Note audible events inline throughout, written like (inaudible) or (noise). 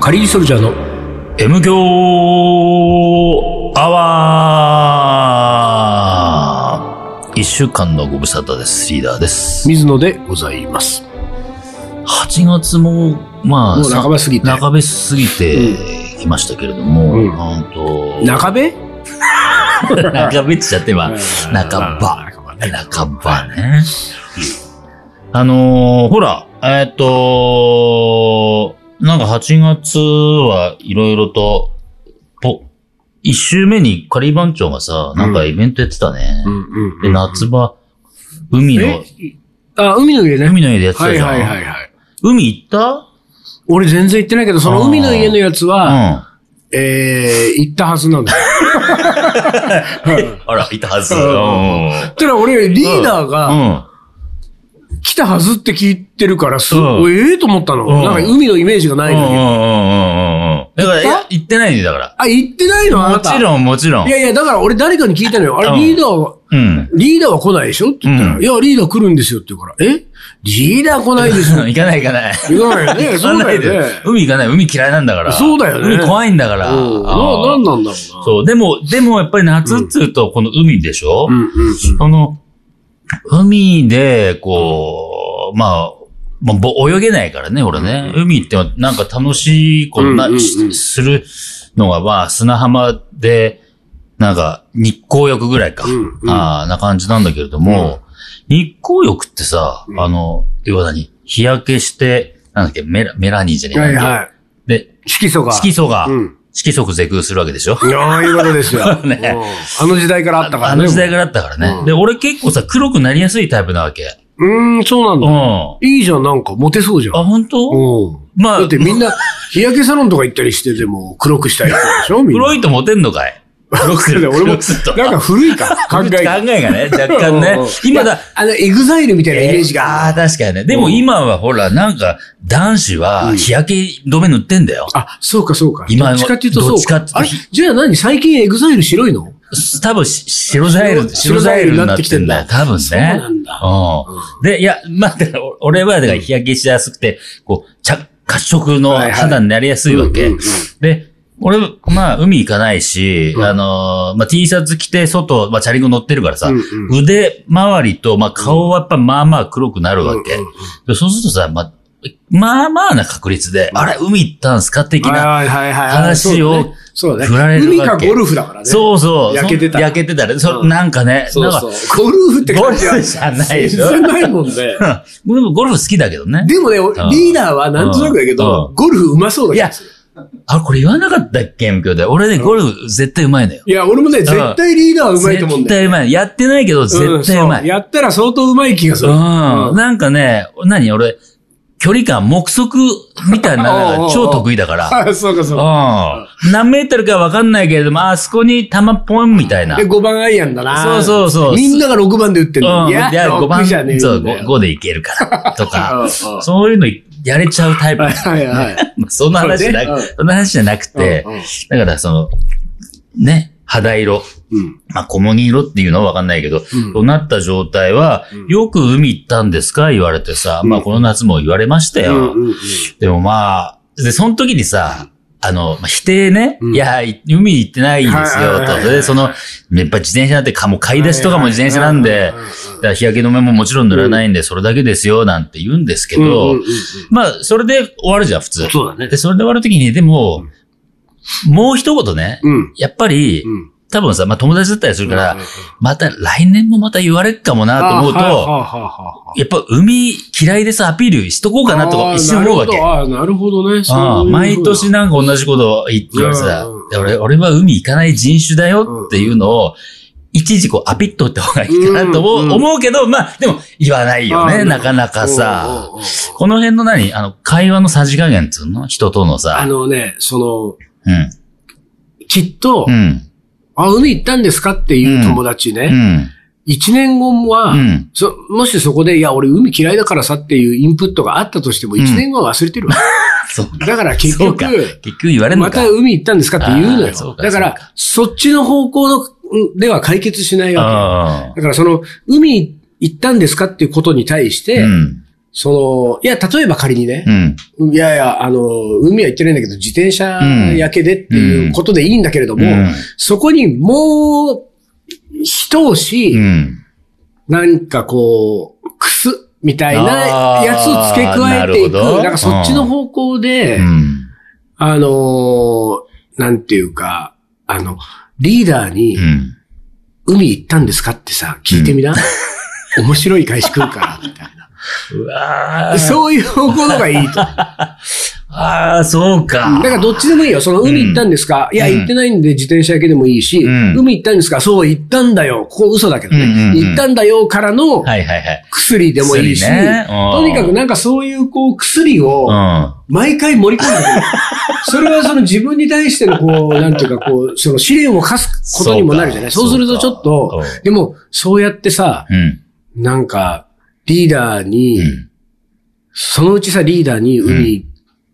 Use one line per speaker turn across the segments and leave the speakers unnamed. カリーソルジャーの
M 強アワー一週間のご無沙汰です。リーダーです。
水野でございます。
8月も、まあ、
もう半ば過ぎて
さ半ば過ぎてきましたけれども、
うん
ほんと、
中部
(laughs) 中べっちゃってば、中ば、
中場ね
中ばね。あのー、ほら、えーっと、なんか8月はいろいろと、ぽ、一周目にカリー番長がさ、なんかイベントやってたね。
うんうん
で夏場、海の、
えあ、海の家ね。
海の家でやって
は
た
い
じゃん。
はいはいはい。
海行った
俺全然行ってないけど、その海の家のやつ
うん。
は、
あ
えー、行ったはずなんだ。
(laughs)
うん
ら、いたはず。
う
うんん。
ただ俺、リーダー
う
が
ん。
来たはずって聞いてるから、す
う
ご
ん
い、ええと思ったの。
うん
なんか海のイメージがな
う
い
んうんうん
のに。
うんうん。だから、いや行ってないね、だか
あ、行ってないの
ら。
あ
も
なた
ちろん、もちろん
い。やいや、だから俺誰かに聞いたのよ。あれ、
うん
リーダーは、
うん。
リーダーは来ないでしょって言ったら、
うん
いや、リーダー来るんですよって言うから、えリーダー来ない
(laughs)
ですよ。
行かない行かない。
行かないよね。 (laughs) そうだよ
行かない
ね
で。海行かない。海嫌いなんだから。
そうだよね
海怖いんだから。
うんな、
あ
な
ー
んなんだろうな。
そう。でも、でもやっぱり夏っつうと、この海でしょ
うんうんうん。
その、海で、こう、まあ、まあ、ぼ泳げないからね、俺ね。海ってなんか楽しいことな、
うんうんうん
しするのが、まあ、砂浜で、なんか、日光浴ぐらいか。
うんうん
ああ、な感じなんだけれども、日光浴ってさ、あの、要は何日焼けして、なんだっけ、メラメラニンじゃねえか。
はいはい。
で、
色素が。
色素が、
うん。
色素是空するわけでしょ
いやー、いうことです
(laughs)
よ。
ね
うんあの時代からあったからね。
あの時代からあったからね。
うん
で、俺結構さ、黒くなりやすいタイプなわけ。
うーん、そうなん
うん。
だ。
あ、
いいじゃん、なんか、モテそうじゃん。
本当、
うん。
まあ
だってみんな、日焼けサロンとか行ったりしてても、黒くしたい人でしょみんな。
黒いとモテんの
(laughs)
かい黒くする。
俺も
黒くすると、
なんか古い
(laughs)
から、考
考
え
え
が。
がね、若干ね
うんうん。
今だ、
あの、エグザイルみたいなイメージ
あ
が。
あー、確かにね。でも今はほら、なんか、男子は日焼け止め塗ってんだよ。
あ、そうかそうか。
今
どっちかっていうとそう
どっちかっていうと
あれじゃあ何最近エグザイル白いの
多分し、白ザイル、
白
白
ザ
ザ
イ
イ
ルに
ルに
な
な
っ
ってて
きて
きて
ん
ん
だ
だよ。多分ね。
そうなんだ
うん。で、いや、まあ、だからお俺は、だから日焼けしやすくて、こう、着褐色の
はいはい
肌になりやすいわけ。
うんうんうん
で、俺、まあ、海行かないし、
うん
あのーまあ、T シャツ着て、外、まあ、チャリンコ乗ってるからさ、
うんう
腕周りと、まあ、顔はやっぱまあまあ黒くなるわけ。
うんうんうん
でそうするとさ、まあ、まあまあな確率で、あれ、海行ったんすか的な
はいはいはいはい。
話を
そうだね。
振られるわけ
海かゴルフだからね。
そうそう。
焼けてた
そ焼けてたら、そ、
うん
なんかね、
そう
なん
そう
か、
ゴルフって
ゴ
感
ル
じは
フじゃない
全
でしょ。
然ないもんね。
(laughs) うんでもゴルフ好きだけどね。
でもね、リーダーはなんとなくだけど
う、ん
ゴルフうまそうだ
いや、あ、これ言わなかったっけ ?M 響で。俺ね、ゴルフ絶対うまいのよ。
いや、俺もね、絶対リーダーはうまいと思うん
絶
だよ。
対うまい。やってないけど、
ん
絶対うま
そ
い。
やったら相当うまい気がす
う
る。
ん。
うん
なんかね、何俺、距離感、目測みたい
(laughs)
なのが超得意だから。
あそうかそうか。
うん。何メートルかわかんないけれども、あそこに玉ポンみたいな。
で、5番アイアンだな。
そうそうそう
みんなが6番で打ってんの。
うん。
いや、
5
6
番、
じゃねえんだ
そう、
よ
5, でいけるから。
(laughs)
と
うんう
か
ん、
そういうのやれちゃうタイプ。
はいはいはい。
まあ (laughs) そんな話じゃな
そうね
く、そんな話じゃなくて
うんうん、
だからその、ね、肌色、
うん。
まあ小麦色っていうのはわかんないけど、となった状態は、よく海行ったんですか言われてさ、まあこの夏も言われました
うん
よ
う。んうん
でもまあ、で、その時にさ、あの、まあ否定ね、いや、い海行ってないんです
はいはい
よ、
はい
と。
はい
で、その、やっぱ自転車なんてか、もう買い出しとかも自転車なん
はい
で
はいはいはいうん、
だから日焼け止めももちろん塗らないんで、それだけですよ、なんて言うんですけど
うんうんうんうん、
まあ、それで終わるじゃん、普通。
そうだね
で、それで終わる時に、でも、もう一言ね、
うん。
やっぱり、
うん
多分さ、まあ友達だったりするから、
うんうんうん
また来年もまた言われるかもなと思うと、
あはいはいはいはい
やっぱ海嫌いでさ、アピールしとこうかなとか一瞬思うわけ。
あーなるほどあー、なるほどね。
ああ
そういうふうな
毎年。なんか同じこと言ってるさ
うん、
で俺俺は海行かない人種だよっていうのを、いちいちこうアピッとった方がいいかなと思う,、
うんうん
思うけど、まあでも言わないよ
あー
ね、なかなかさ
うんうんうん。
この辺の何あの、会話のさじ加減っつうの人との
あ
さ。
のね、そ
うん。
の、きっと
う、ん。
あ、海行ったんですかっていう友達
う
ね。
ん。
一年後は
うん、
そもしそこで、いや、俺海嫌いだからさっていうインプットがあったとしても、一年後は忘れてる
(laughs)
わ。
そう
だから結
そう
局
か。、結局言われるの
ま
か。
た海行ったんですかって言うの
あーそ
よ。
うか
だから、そっちの方向のうんでは解決しないわけ。
ああ
だからその、海行ったんですかっていうことに対して、
うん。
その、いや、例えば仮にね
う、ん。
いやいや、あの、海は行ってないんだけど、自転車やけでっていうことでいいんだけれども、
うん
そこにもう、一押し、
うん。
なんかこう、くす、みたいなやつを付け加えていく。
あーなるほ
な
ど
んかそっちの方向で、
うん。
あのーなんていうか、あの、リーダーに
う、ん。
海行ったんですかってさ、聞いてみな。 (laughs) 面白い返し来るから、みたいう
わ
な。
ー
そういう方向の方がいい
(laughs)
と。だ
ああ、そうか。
からどっちでもいいよ。その海行ったんですか、いや、
うん
行ってないんで自転車だけでもいいし、
うん
海行ったんですかそう、行ったんだよ。ここ嘘だけどね。
うんうんうん
行ったんだよからの、
はいはいはい。
薬でもいいし、
薬ねうん
とにかくなんかそういうこう薬を
う
毎回盛り込んで
(laughs)
くる。それはその自分に対してのこう、なんていうかこう、その試練を課すことにもなるじゃないそ
そ
うう
か
するとちょっと
そうか、
でもそうやってさ、
ん。うん。
なんかリーダーに、
うん
そのうちさリーダーに海、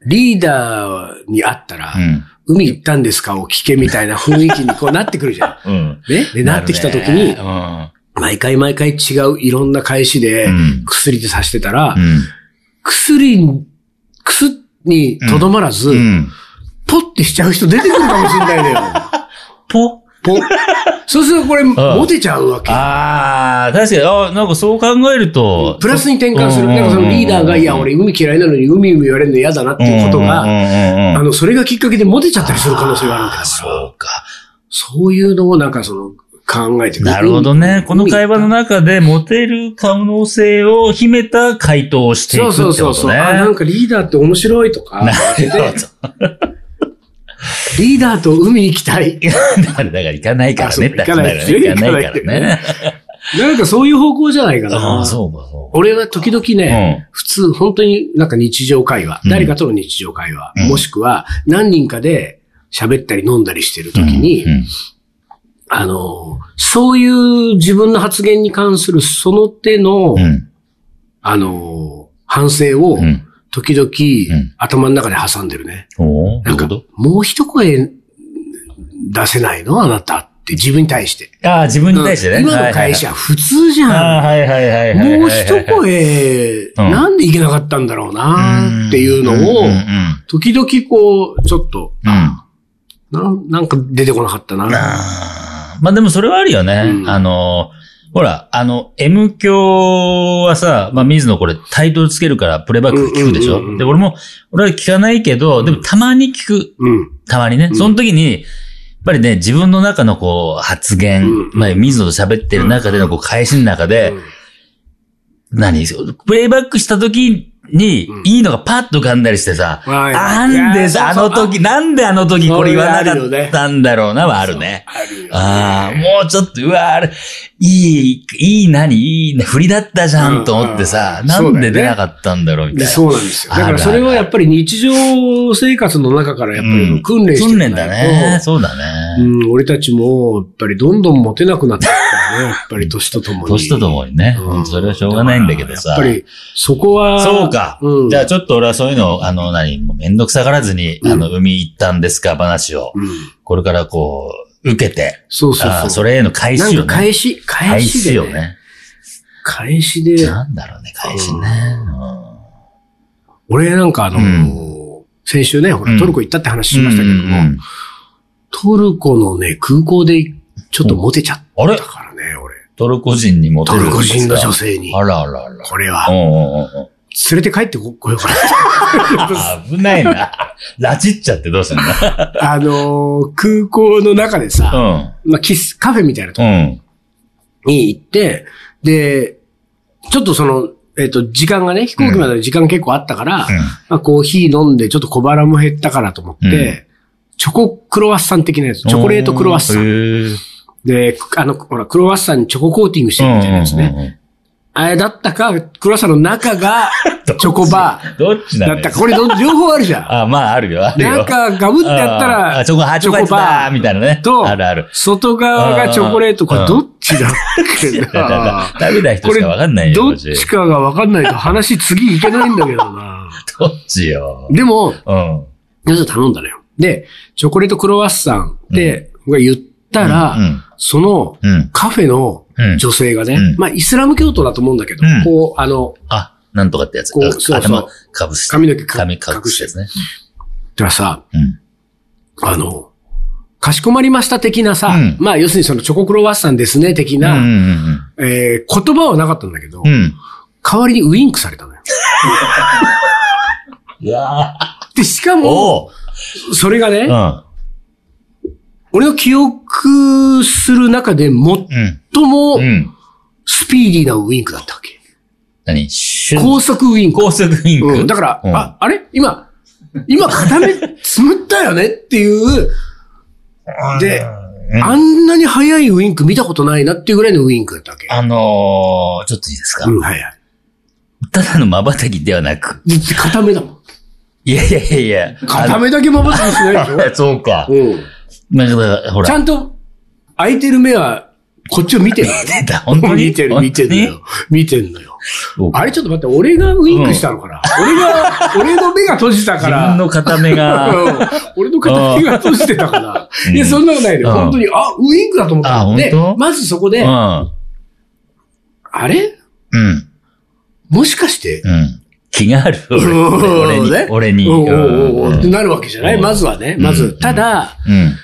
リーダーに会ったら、
うん。
海行ったんですかを聞けみたいな雰囲気にこうなってくるじゃん。
うん。
ねで、なってきた時
る
に
ね、うん。
毎回毎回違ういろんな返しで
うん
薬でさしてたら、
うん
薬に、薬にとどまらず、
うん。
ポッてしちゃう人出てくるかもしれない
(laughs)
のよ。
ぽ
ポッ。そうするとこれ、モテちゃうわけ。
ああ、確かに、ああ、なんかそう考えると。
プラスに転換す
う
る。
んうんうん
なんかそのリーダーが、いや、俺海嫌いなのに海海言われるの嫌だなっていうこと
うん
が、
うんうんうん
あの、それがきっかけでモテちゃったりする可能性があるんだ
あ
よ
ー。そうか。
そういうのをなんかその、考えてく
なるほどね。この会話の
中
中で、モテる可能性を秘めた回答をしていく
そ
っ
う
てこと
そ
ね。
うそうそう。あ、なんかリーダーって面白いとか、
なるほど
リーダーと海行きた
(laughs)
い。
だから、だから行かないから
あ
ね。
そう行かない
だから行かないからね。
なんかそういう方向じゃないか
あ
な
あ、。そうか、そうか。
俺は時々ね、
うん
普通、本当になんか日常会話、
うん
誰かとの日常会話、
うん
もしくは何人かで喋ったり飲んだりしてる時に、
うん
あの、そういう自分の発言に関するその手の、
うん
あの、反省を
うん。うん。
時々、
うん
頭の中で挟んでるね。
おーどう
ないん
う
か
こと、
もう一声出せないのあなたって自分に対して。
ああ、自分に対してね。
今の会社普通じゃん。
はいはいはいああはいはいはいはいはいはい。
もう一声、
うん
なんでいけなかったんだろうなっていうのを
うんうんう、ん
時々こう、ちょっと、
うん
なんなんか出てこなかったな。
あーまあでもそれはあるよね。
うん
あの、ほら、あの、M 教はさ、まあ水野これタイトルつけるからプレイバックで聞くでしょ、
うんうんうんうん
で、俺も、俺は聞かないけど、でもたまに聞く。
うん。
たまにね。その時に、やっぱりね、自分の中のこう、発言、
うん
まあ水野と喋ってる中でのこう、返しの中で、何プレイバックした時に
うん、
いいのがパッと浮かんだりしてさ、
はい
なんで
いや
さ、あ
そうそう
の時、なんであの時これ言わなかったんだろうなはあるね。
あるよ
ああ、もうちょっと、うわーあれ、いい、いい何、いいね、振りだったじゃんと思ってさ、
うん
な
そうんだ
で
よね
出なかったんだろうみた
で
いな。
そうなんですよ。だ
あ
から
る
それはやっぱり日常生活の中からやっぱ
うん
り訓練してい
訓
かない
練
と
だね。そうだ
う
ね。
ん、俺たちも、やっぱりどんどんモテなくなってきた
(laughs)
からね、やっぱり年とともに。
年とともにね。うんそれはしょうがないんだけどさ
やっ。ぱり、そこは、
そうか。
うん。
じゃあちょっと俺はそういうのを、あの、何、もうめんどくさがらずに、あの、海行ったんですか話を、
うん
これからこう、受けて、
そうそう
あ
そ
ー
う。
それへの返
なん
し
か
をね。
返し、返
返
しで、
し
ね。
をね。
返しで、
なんだろうね、返しね。
俺なんかあの、先週ね、ほ
う
ら、
ん
トルコ行ったって話しましたけども、
うんうんうん
トルコのね、空港でちょっとモテちゃっ
あれ
たからね、俺。
トルコ人にモテ
ト
るんで
ル
すか。
コ人の女性に、
あらあらあら。
これは、
う
連れて帰ってここようかな。 (laughs)
んうんうん。危ないな。 (laughs) 拉致っちゃってどうすんの
あのー空港の中でさ、まあ、キス、カフェみたいなと
うん。うん。
こに行って、で、ちょっとその、えっ、と、時間がね、飛行機までの時間結構あったから、まあ、コーヒー飲んで、ちょっと小腹も減ったからと思って、
うん
チョコクロワッサン的なやつ、チョコレートクロワッサン。
ン。
で、あの、ほら、クロワッサンにチョココーティングしてるみたいなやつね。あれだったか、クロワッサンの中
(laughs)
が、チョコバー
どっち
だ
だ
っ
ったた
か。これど、両方あるじゃん。
あ、まあ、あるよ、あるよ。
中、ガブってやった
ああ
ら、
チョコ、あチョコバーみたいなね。
と
あるある。
外側がチョコレート、こ
うん
れどっちだっけ
だから
な。
食べた人しかわかんないよ。
ど
こ
っ
っ
ちかがわかんないと話次いけないんだけど
(laughs)
な。
どっちよ。
でも、
うん。
皆さん頼んだのよ。で、チョコレートクロワッサンで、僕が言ったら、
うん
その
うん。
カフェの
うん。
女性がね、
うん
まあイスラム教徒だと思うんだけど、
うん
こう、あの、
あ、なんとかってやつ。
こうそうそう
頭かぶして。
髪の毛か
髪隠してですね。
じゃあさ、
うん。
あの、かしこまりました的なさ、
うん
まあ要するにそのチョコクロワッサンですね的な、
うん
えー言葉はなかったんだけど、
うんうん。うん。
代わりにウインクされたのよ。
いやー
で、しかも、
おう
それがね、
うん。
俺の記憶する中で最
うん。
も
うん。
スピーディーなウインクだったわけ。
何シュン
高速ウインク。
高速インク。
うん、だから、
うん
あ、あれ今、今片目つむったよねっていう、で、
うん
あんなに速いウインク見たことないなっていうぐらいのウインクだったわけ。
あのー、ちょっといいですか、
うん、はいはい。
ただの瞬きではなく。
で片目だもん。
いやいやいやいや。
片目だけまばたきしないでしょ
あそうか。
うん。
なんかだから、ほ
ち
ら。
ゃんと、開いてる目は、こっちを見てる。
(laughs) 出た本当に
見てる、見てるのよ。見てるのよ。
本当に
あれちょっと待って、俺がウインクしたのかな、俺が、俺の目が閉じたか
自
ら。
分の片目が、
うん俺の片手が閉じてたから。
うん
いや、そんなことないで、
うん
本当に、あ、ウインクだと思っ
あ
た。
本当
で、まずそこ
う
で、
ん。
あれ
うん。
もしかして、
うん。気がある。俺
うん
に
ね。
俺に。
おうおう
俺に。
おうおうってなるわけじゃな
う
い
ん
まずはね。ま
う
ず、
ん
ただ、
うん。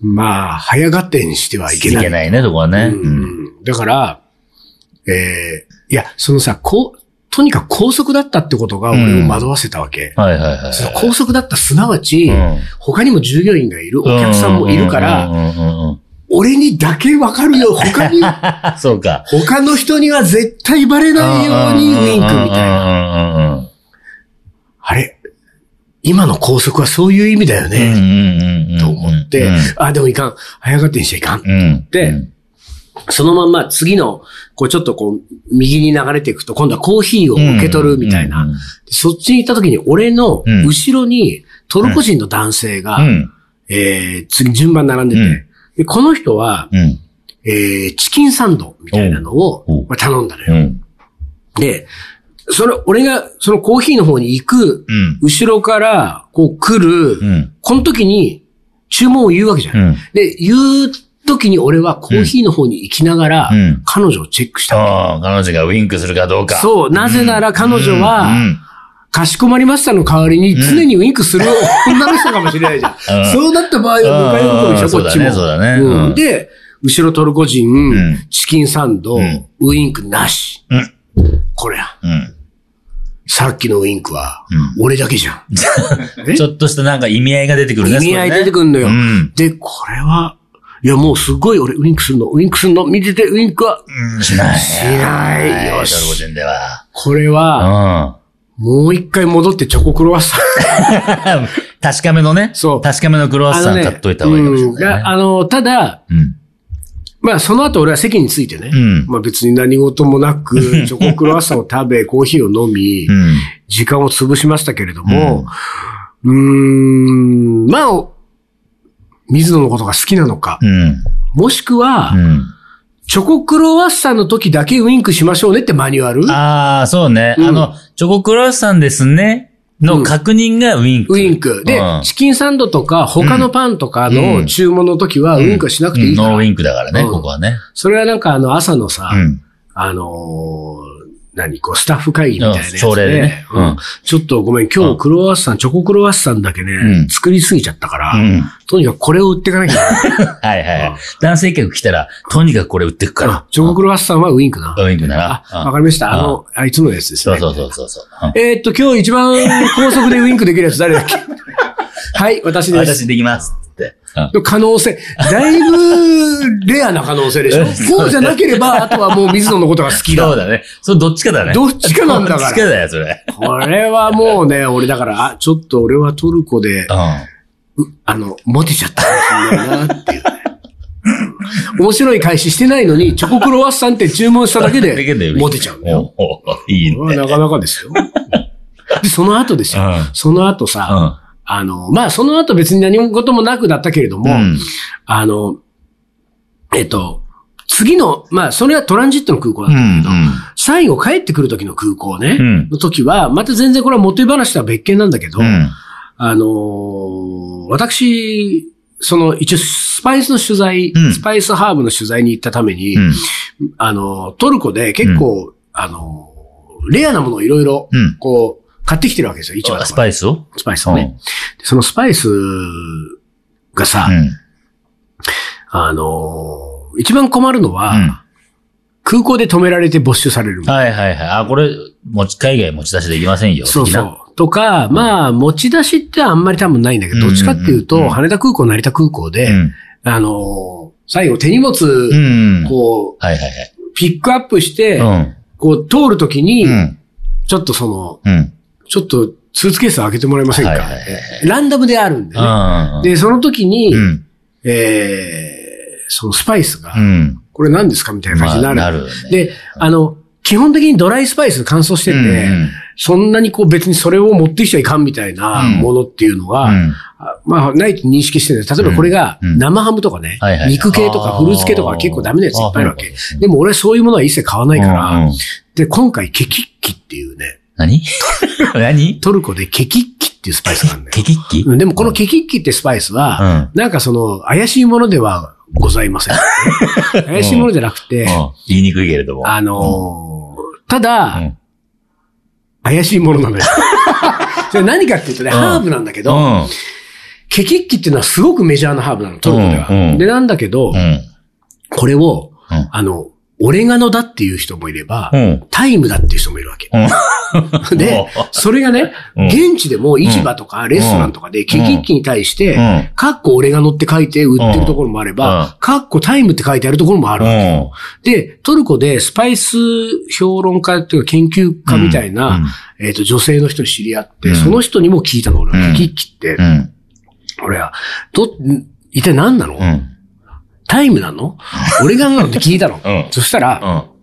まあ、早がってにしてはい
い
けない。
けないね、そこはね。
う
うん。
んだから、えーいや、そのさ、こう、とにかく高速だったってことが俺を惑わせたわけ。
はいはいはい。
その高速だった、すなわち、
うん
他にも従業員がいる、お客さんもいるか
う
ら、
んうんうんうんうん
俺にだけわか
(laughs)
るよ、他に、
あ、そうか。
他の人には絶対バレないようにウインクみたいな。
な。
あれ今の高速はそういう意味だよ
うん
ね、
うんうんうん。
と思って、あ、でもいかん。早がってにしちゃいかん。
うん。うん。
で
うん、
そのまんま次の、こうちょっとこう、右に流れていくと、今度はコーヒーを受け取るみたいな。
うん。
そっちに行った時に、俺の
うん
後ろにトルコ人の男性が、
うん。
えー、次順番並んでて、
うん
でこの人は、
うん。
えー、チキンサンドみたいなの
おうお
を
う
まあ頼んだの
う
よ。
ん。
で、その、俺がそのコーヒーの方に行く、
うん。
後ろからこう来る、
うん。
この時に注文を言うわけじゃ
う
ない。
ん。
で、言う時に俺はコーヒーの方に行きながら、
うん
彼女をチェックしたわ
ああ、彼女がウィンクするかどう
け。
か。
そう、なぜなら彼女は、
うん
かしこまりましたの代わりに常にウインクする女の人かもしれないじゃん。
(laughs) うん
そうなった場合は迎え
う
ること
ん
でしょ、
そう
こっ
だ
ち
ね
も。
そうだね
うん
うん
で、後ろトルコ人、
ん
チキンサンド、
うん
ウインクなし。
うん
こりゃ、
うん。
さっきのウインクは、
う
俺だけじゃん。え
ちょっとしたなんか意味合いが出てくるね。
意味合い
それ
出
ね
てくるのよ
うん。
で、これは、いやもうすごい俺ウインクするの、ウインクするの、見ててウインクは、
うんしない。
しないよし
トルコ人では。
これは、
う
もう一回戻ってチョコクロワッサン。
ん。確かめのね。
そう
確かめのクロワッサン買っといた方がいいかもしれ
うん
ないね。
あの、ただ、
うん。
まあ、その後俺は席についてね、
うん
まあ別に何事もなく、チョコクロワッサンを食
(laughs)
べ、コーヒーを飲み、
うん。
時間を潰しましたけれども、うーん、まあ、お水野のことが好きなのか、
うん。
もしくは、
うん。
チョコクロワッサンの時だけウインクしましょうねってマニュアル
ああ、そうね。
うん
あの、チョコクロワッサンですね。
う
の
ん
確認がウィンク。
ウインク。で、
うん
チキンサンドとか他のパンとか
う
の
ん
注文の時はウインクはしなくていいから。
ノーウィンクだからね、
うん
ここはね。
それはなんかあの朝のさ、
うん。
あのー何こう、スタッフ会議みたいなやつ、
う
ね。
ん朝礼でね
うん
うん
ちょっとごめん、今日クロワッサン、チョコクロワッサンだけね、
うん
作りすぎちゃったから、
うん。
とにかくこれを売っていかなきゃいけ
(laughs)
ない。
はいはい
うん
はい。男性客来たら、とにかくこれ売ってくから
あ。チョコクロワッサンはウインクな。
うんウィンクだな。
あ、
うん
わかりました。あ
うん
の、あいつものやつです
そ
ね。
うそうそうそうそう。
えーっと、今日一番高速でウインクできるやつ誰
(laughs)
だっけはい、私
うん
です。
私できますって。うん
の可能性、だいぶレアな可能性でしょこうじゃなければ、あとはもう水野のことが好きだ
そうだね。それどっちかだね。
どっちかなんだから
(laughs) どっちかだよ、それ。
これはもうね、俺だから、あ、ちょっと俺はトルコで、
う
うあの、モテちゃったかもしれないなっていうね。面白い開始してないのに、チョコクロワッサンって注文しただけ
ん。だけ
で
で、
モテちゃうんだよ。
おうおういいね。
これはなかなかですよ。で、その後ですよ。
うん
その後さ、あの、まあ、その後別に何事もなくだったけれども、
うん。
あの、えっと、次の、まあ、それはトランジットの空港だ
う
った
ん。
最後帰ってくる時の空港ね、
うん
の時は、また全然これはモテ話とは別件なんだけど、
うん。うん。
あのー私、その一応スパイスの取材、
うん
スパイスハーブの取材に行ったために、
うん。
あのー、トルコで結構、あのレアなものをいろいろ
う、ん。
こう、買ってきてるわけですよ、市場だから
スパイスを
スパイスをね。でそのスパイスがさ
う、ん。
あのー一番困るのは、空港で止められて没収される。
うん。はいはいはい。あ、これ、持ち、海外持ち出しできませんよ。
そう
的
そ
な。
う。とか、まあ、持ち出しってあんまり多分ないんだけど、
うん
どっちかっていう
うん
と、羽田空港、成田空港で、
うん。
あのー最後手荷物、
うん。はい
こ
はいはい。
う、ピックアップして、
うん。
こう、通るときに、
うん。
ちょっとその、
うん。
ちょっと、スーツケース開けてもらえませんか、
はいはいはい
えランダムであるんでね。
うん。
で、その時に、
うん。
えー、そのスパイスが、
うん。
これ何ですかみたいな感じになる。
まあなるよね
で、あの、基本的にドライスパイス乾燥してて、
うん
そんなにこう別にそれを持ってきちゃいかんみたいな
うん
ものっていうのは、
うん
あまあないと認識してるんです例えばこれが
うん
生ハムとかね、
はいはいはい
肉系とかフルーツ系とかは結構ダメなやついっぱいあるわ
あ
け
ーそう。
でも俺はそういうものは一切買わないから、
うんうん
で、今回ケキッキっていうね、
何 (laughs) 何
トルコでケキッキっていうスパイスがあるんだよ
(laughs) ケ。キッキ
うんでもこのケキッキってスパイスは、
うん
なんかその、怪しいものではございません。
(laughs)
怪しいものじゃなくて、
うん言いにくいけれども。
あのーた
う
だ、
ん、
怪しいものなのよ。 (laughs) それ何かっていうとね、
うん
ハーブなんだけ
う
ど、
ん。
ケキッキっていうのはすごくメジャーなハーブなの、トルコでは。
うんうん
で、なんだけど、
うん。
これを、
うん
あの、オレガノだっていう人もいれば、
うん。
タイムだっていう人もいるわけ。で、それがね、
うん
現地でも市場とかレストランとかで、ケキッキに対して、
うん
カッコオレガノって書いて売ってるところもあれ
うん
ば、カッコタイムって書いてあるところもあるわけ。
うん。
で、トルコでスパイス評論家というか研究家みたいな、えっ、と、女性の人に知り合って、
うん
その人にも聞いたの、俺は。
うん
キッキって
う、ん。
俺は、ど、ん一体何なの、
うん。
タイムなのオレガノなのって聞いたの。
うん
そしたら、
うん。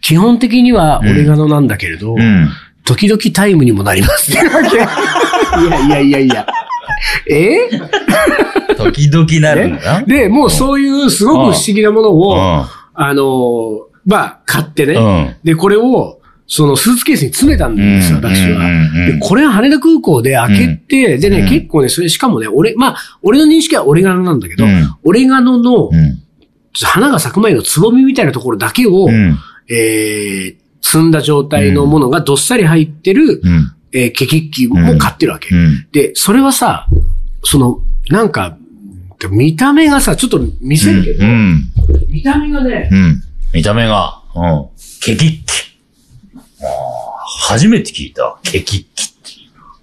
基本的にはオレガノなんだけれど、
うん。
時々タイムにもなりますってわけ。いやいやいやいや。 (laughs) え
時々なるんだ。
で、もうそういうすごく不思議なもの
う
を、
ん。
あのーまあ、買ってね、
うん
で、これを、そのスーツケースに詰めたんですよ、
うん
私は。
うんうん
で、これは羽田空港で開けて、でね、
うん
結構ね、それしかもね、俺、まあ、俺の認識はオレガノなんだけど、
うん
オレガノの
うん。
花が咲く前のつぼみみたいなところだけを、
うん。
えー、積んだ状態のものがどっさり入ってる、
うん。
えーケキッキも買ってるわけ。
うん。
で、それはさ、その、なんか、見た目がさ、ちょっと見せるけど、
うん。
見た目がね、
うん。見た目が、うん。ケキッキ。あー初めて聞いた。ケキッキ。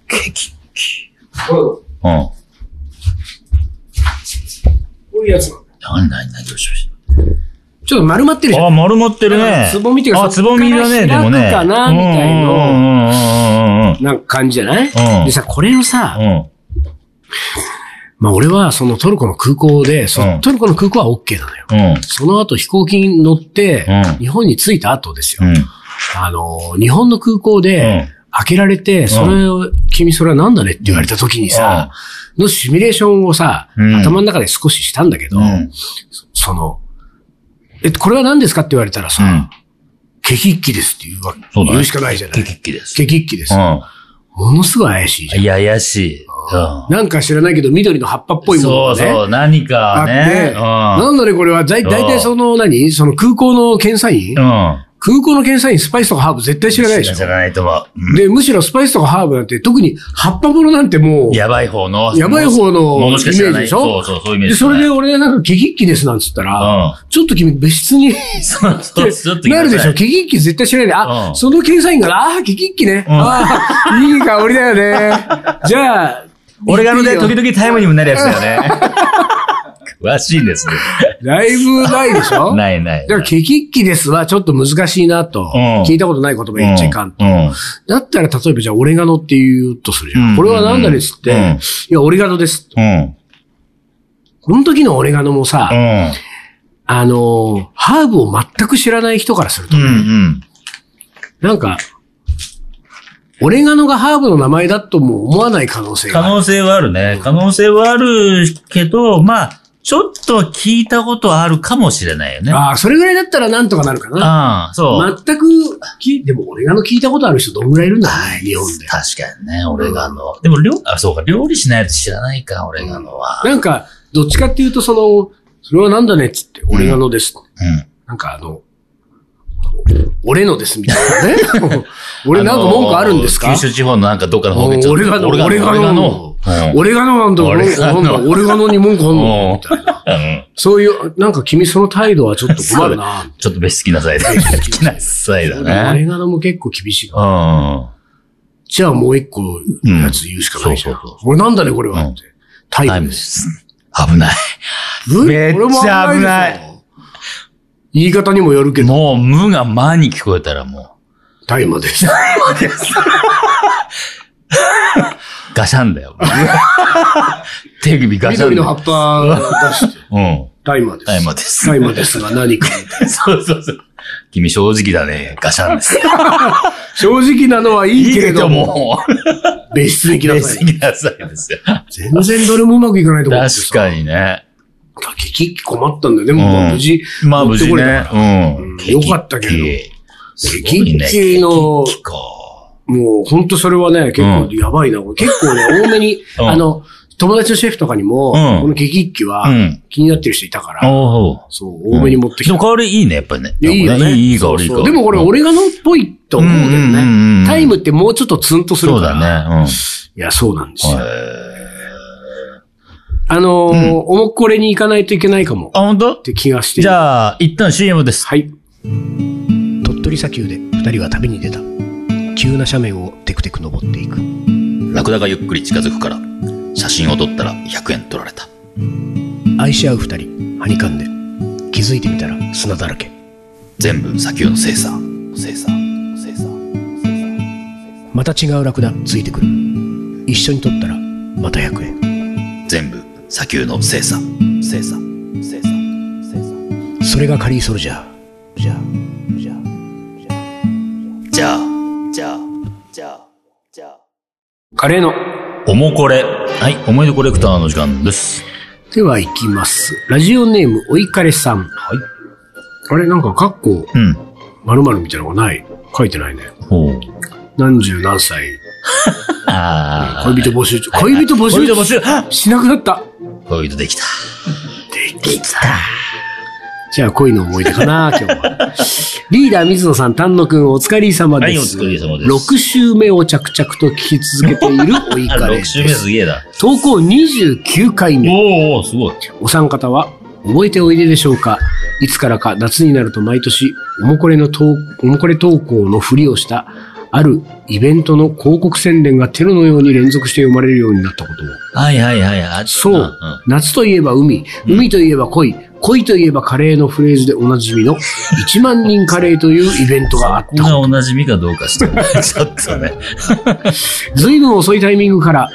ケキッキ。
こ
うん。
ういうやつなの
何、何、何、どうしようし
ちょっと丸まってるじゃん
あ、丸まってる
だから
ね。
つぼみっていうか
あ、つぼみだね、
そっ
で
から
もね。
開くかなみたいな
な。うん
なんか感じじゃない、
うん
でさ、これをさ、
うんうんうんうん。うん
まあ俺はそのトルコの空港で、そ
うん
トルコの空港は OK なのよ。
うん。
その後飛行機に乗って、
うん
日本に着いた後ですよ。
うん。
あの、日本の空港で、開けられて、それを、君それはなんだねって言われた時にさ、のシミュレーションをさ、
うん
頭の中で少ししたんだけど、
うん。
その、え、これは何ですかって言われたらさ、
うん
ケキッキですって言うわ
そうだね
言うしかないじゃない。
ケキッキです。
ケキッキです。
う
ものすごい怪しいじゃん
ん。いや、怪しい。うん。
なんか知らないけど、緑の葉っぱっぽいもの
そう
がね。
そう、何
あ
か
って、
ね。
なんだね、これは。だい
そう
大体その何その空港の検査員、
うん。うん。
空港の検査員、スパイスとかハーブ絶対知らないでし
知
ょ。
らないとは。うん
で、むしろスパイスとかハーブなんて、特に葉っぱものなんてもう、
やばい方の。
やばい方の
ものしか知ら
イメージ
な
で
い。
しょ
そうそう、そういうイメー
で
ジ。
それで、俺なんかケキッキですなんつったら、
う
ちょっと君別室に、
ん。 (laughs) そうそう、ちょっと
なるでしょ
う
ケキッキ絶対知らないで。あ、
うん
その検査員が、ああ、ケキッキね。
うん
ああ、いい香りだよ
(laughs)
ね。じゃあ、
俺がの
いい
で
よ
時々タイムにもなるやつだよね。詳しいですね。
だいぶないでしょ
(laughs) ないない
だか
な
ら、
い。
ケキッキですはちょっと難しいなと
うん。
聞いたことない言葉言っちゃいかんと。
うん。
だったら、例えばじゃあ、オレガノって言うとするじゃ
うん
ん。これは何だですっ
うん
て。いや、オレガノです。
うん。
この時のオレガノもさ
う、ん。
あのー、ハーブを全く知らない人からする
う
と、
んうん。
なんか、オレガノがハーブの名前だとも思わない可能性が
可
ある。
能性はあるね。可能性はあるけど、まあ、ちょっと聞いたことあるかもしれないよね。
ああ、それぐらいだったらなんとかなるかな。
ああ、そう。
全く聞い、でもオレガノ聞いたことある人どんぐらいいるんだろうね、日本で。
確かにね、オレガノ。でも、料、あ、そうか、料理しないやつ知らないか、オレガノは。
なんか、どっちかっていうと、その、それはなんだねっつって、オレガノです。
うん。
なんかあの、俺のです、みたいな
(laughs)
ね。俺なんか文句あるんですか、
あのー九州地方のなんかどっかの方面
俺がの、俺がの、
俺
(laughs) 俺がのなんだ、
俺がの
なんだ俺がのに文句あんのみたいな。
がのうん
そういう、なんか君その態度はちょっと困るな。
ちょっと別好きなさいだ。
(laughs)
好きなさいだ
俺
ね。
がのも結構厳しいから。
うん。
じゃあもう一個のやつ言うしかないじゃん。
うんそうそう
これなんだね、これは。
うん
ってタ
タイ
イ
ム
プ
で
です。
す。危ない。
ぶ
めっちゃ
これも危ないでしょ。言い方にもよるけど、
もう、無が間に聞こえたらも
タイマーです。
う、ガシャンだよ。 (laughs) 手首ガシャン
緑
だ
の
よ
葉。っぱ出して、
うん。
タイマーです。
タイマーです
タイマーですが何か。
(laughs) そうそうそう。君正直だね。ガシャンです。
正直なのはいいけれども、
も。
別室に来なさ
別
い。
になさいですよ。確
全然どれもうまくいかないと思ってさ。
かにね。
キキッキ困ったんだよ。でも、
うん
まあ無事。
まあ無事
持ってこれた
ね
か。
うん。
うんよかったけど
すごいね。
キッキの
キッキか。
らもう、本当それはね、結構やばいな。結構
(laughs)
ね、多めに、
うん
あの、友達のシェフとかにも、
うん
このキキッキは
うん
気になってる人いたから、
おお。
そう、多めに持ってきた。
でも香りいいね、やっぱりね。
いやいいよね。
いい香り、いい
そう
香
そう
り。
でもこれ、オレガノっぽいと思うけど
うんうんうんう
ね
ん。
タイムってもうちょっとツンとする
そう
から。
だね。
いや、そうなんです
うん。
よ。
へー
あのー、おもっこれに行かないといけないかも。っ
あ、本当？
て気がして。
じゃあ、一旦 CM です。
はい。鳥取砂丘で二人は旅に出た。急な斜面をテクテク登っていく。
ラクダがゆっくり近づくから、写真を撮ったら100円取られた。
愛し合う二人、はにかんで。気づいてみたら砂だらけ。
全部砂丘の精査。精査。精査。
また違うラクダついてくる。一緒に撮ったらまた100円。
全部砂丘の精査。精査。精査。精査。
それがカリーソルジャー。じゃあ、じゃあ。
じゃあ、じゃあ、じゃあ、じゃあ。
カレーの。
おもこれ。はい、思い出コレクターの時間です。
では行きます。ラジオネーム、おいかれさん。
はい。
あれなんか、かっこ、
うん。
〇〇みたいなのがない。書いてないね。
ほう。
何十何歳。
あ
恋人募集中。恋人募集
恋
中
人募集あ
しなくなった。
恋人できた。
できた。じゃあ、恋の思い出か
(laughs)
な、今日は。リーダー水野さん、丹野くん、お疲れ様です。
はいお疲れ様です
6週目を着々と聞き続けているおい
あ、
かれ
6 (laughs)
です
週目すげえだ。
投稿29回目。
おーおーすごい。
お三方は覚えておいででしょうかいつからか夏になると毎年、おもこれの投、おもこれ投稿のふりをした、あるイベントの広告宣伝がテロのように連続して読まれるようになったことを。
はいはいはい。あ
そう、
ん
夏といえば海、海といえば恋、恋といえばカレーのフレーズでおなじみ
(laughs)
の1万人カレーというイベントがあっ
こん
た。
なおなじみかどうか (laughs) してるちょっとね。
ずいぶん遅いタイミングから、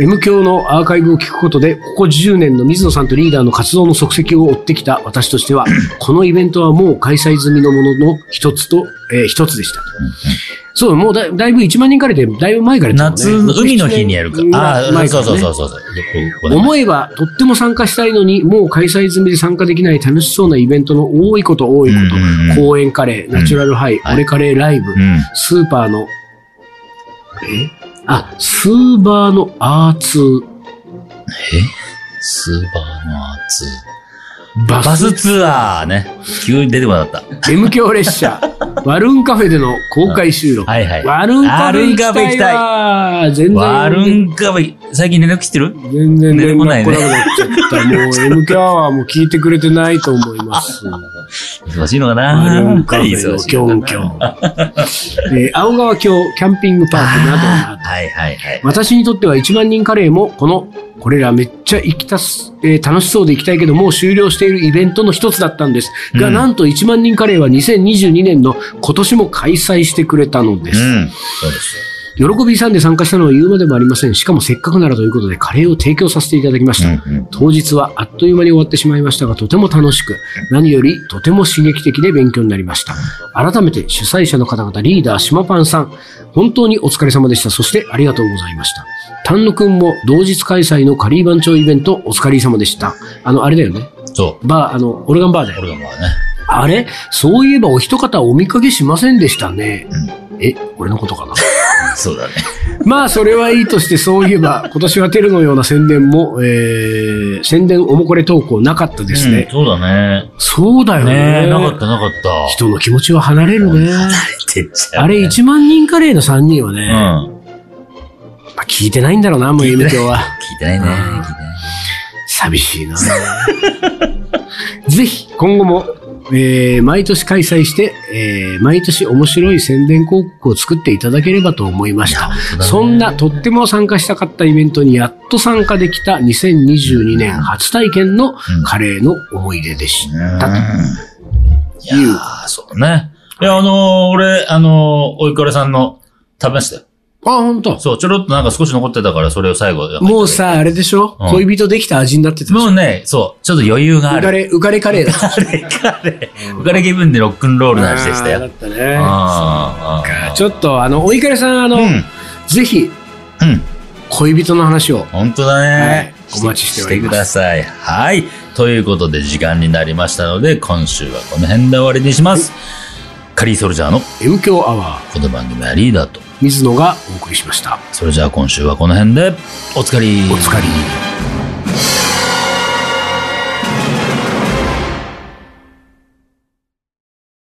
M 教のアーカイブを聞くことで、ここ10年の水野さんとリーダーの活動の足跡を追ってきた私と
(laughs)
しては、このイベントはもう開催済みのものの一つと、えー一つでした。そう、もうだだいぶ1万人カレーで、だいぶ前からやってた
(laughs) 夏、
もんね
海の日にやるか
うん。
ああ、
前か
そ
ら
う
ね
そうそうそうそう。ここね
思えば、とっても参加したいのに、もう開催済みで参加できない楽しそうなイベントの多いこと多いこと、
うんうんうん
公園カレー、ナチュラルハイ、
はい
オレカレーライブ、
うん。
スーパーの、えあ、スーバーのアーツ、
えスーパーのアーツ。
バ
バ
ス、
スツアーね。急に出てこなかった。
M 響列車、
(laughs)
ワルンカフェでの公開収録。
はいはい。
ワルンカフェ行きたいわ全然。
ワルンカフェ、最近連絡してる
全然
出て
連
こない
絡来
ね
なくなっちゃった。もう M 響はもう聞いてくれてないと思います。
忙しいのか
マ
な
ルンカフ
はい
ェ
忙
の
し
キ
いの
ョ
か
ン
な
キョン。えー青川峡キャンピングパークなどなど。
はいはいはい。
私にとっては1万人カレーも、この、これらめっちゃ行きたす、えー楽しそうで行きたいけど、もう終了しているイベントの一つだったんです。が、
うん
なんと1万人カレーは2022年の今年も開催してくれたのです。
うん。そうですよ。
喜びさんで参加したのは言うまでもありません。しかもせっかくならということでカレーを提供させていただきました。
うんうん
当日はあっという間に終わってしまいましたが、とても楽しく、何よりとても刺激的で勉強になりました。改めて主催者の方々、リーダー、島パンさん、本当にお疲れ様でした。そしてありがとうございました。丹野くんも同日開催のカリー番長イベントお疲れ様でした。あの、あれだよね。
そ
バー、あの、オルガンバーだ
う。
よ
こ。れがまあね。
あれそういえばお一方お見かけしませんでしたね。
う
え、俺のことかな
そうだね。
(laughs) まあ、それはいいとして、そういえば、今年はテルのような宣伝も、えー、宣伝おもこれ投稿なかったです
うん
ね。
そうだね。
そうだよね
ねえ、なかったなかった。
人の気持ちは離れるね。
てっちゃ
あ
うね
れ、1万人カレーの3人はね、
うん。聞
まあ、聞いてないんだろうな、もう M 響は。
いてないね。
うん
聞いてない
寂しいな。 (laughs) ぜひ、今後も、えー毎年開催して、えー毎年面白い宣伝広告を作っていただければと思いました。そんなとっても参加したかったイベントにやっと参加できた2022年初体験のカレーの思い出でし
うん
た。
いやー、そうね。いや、あのー、俺、あのー、おいからさんの食べましたよ。
あ、ほんと。
そう、ちょろっとなんか少し残ってたから、それを最後。
もうさ、あれでしょ、
うん
恋人できた味になってたでし
も
ょ
うね、そう、ちょっと余裕があ
浮か
る。
れ、浮かれカレーだ。
あれかね。浮かれ気分でロックンロールの話でし
あ
た
ーだ
よ。
ったね。
あーあー
ちょっと、あの、おいかれさん、あの、
う
ぜひ、
ん。うん。
恋人の話を。
本当だね。
はいお待ちしております
ください。はい。ということで、時間になりましたので、今週はこの辺で終わりにします。カリーソルジャーの
M 強アワー、
この番組はリーダーと。
水野がお送りしました。
それじゃあ今週はこの辺で、おつかり。
お疲れ。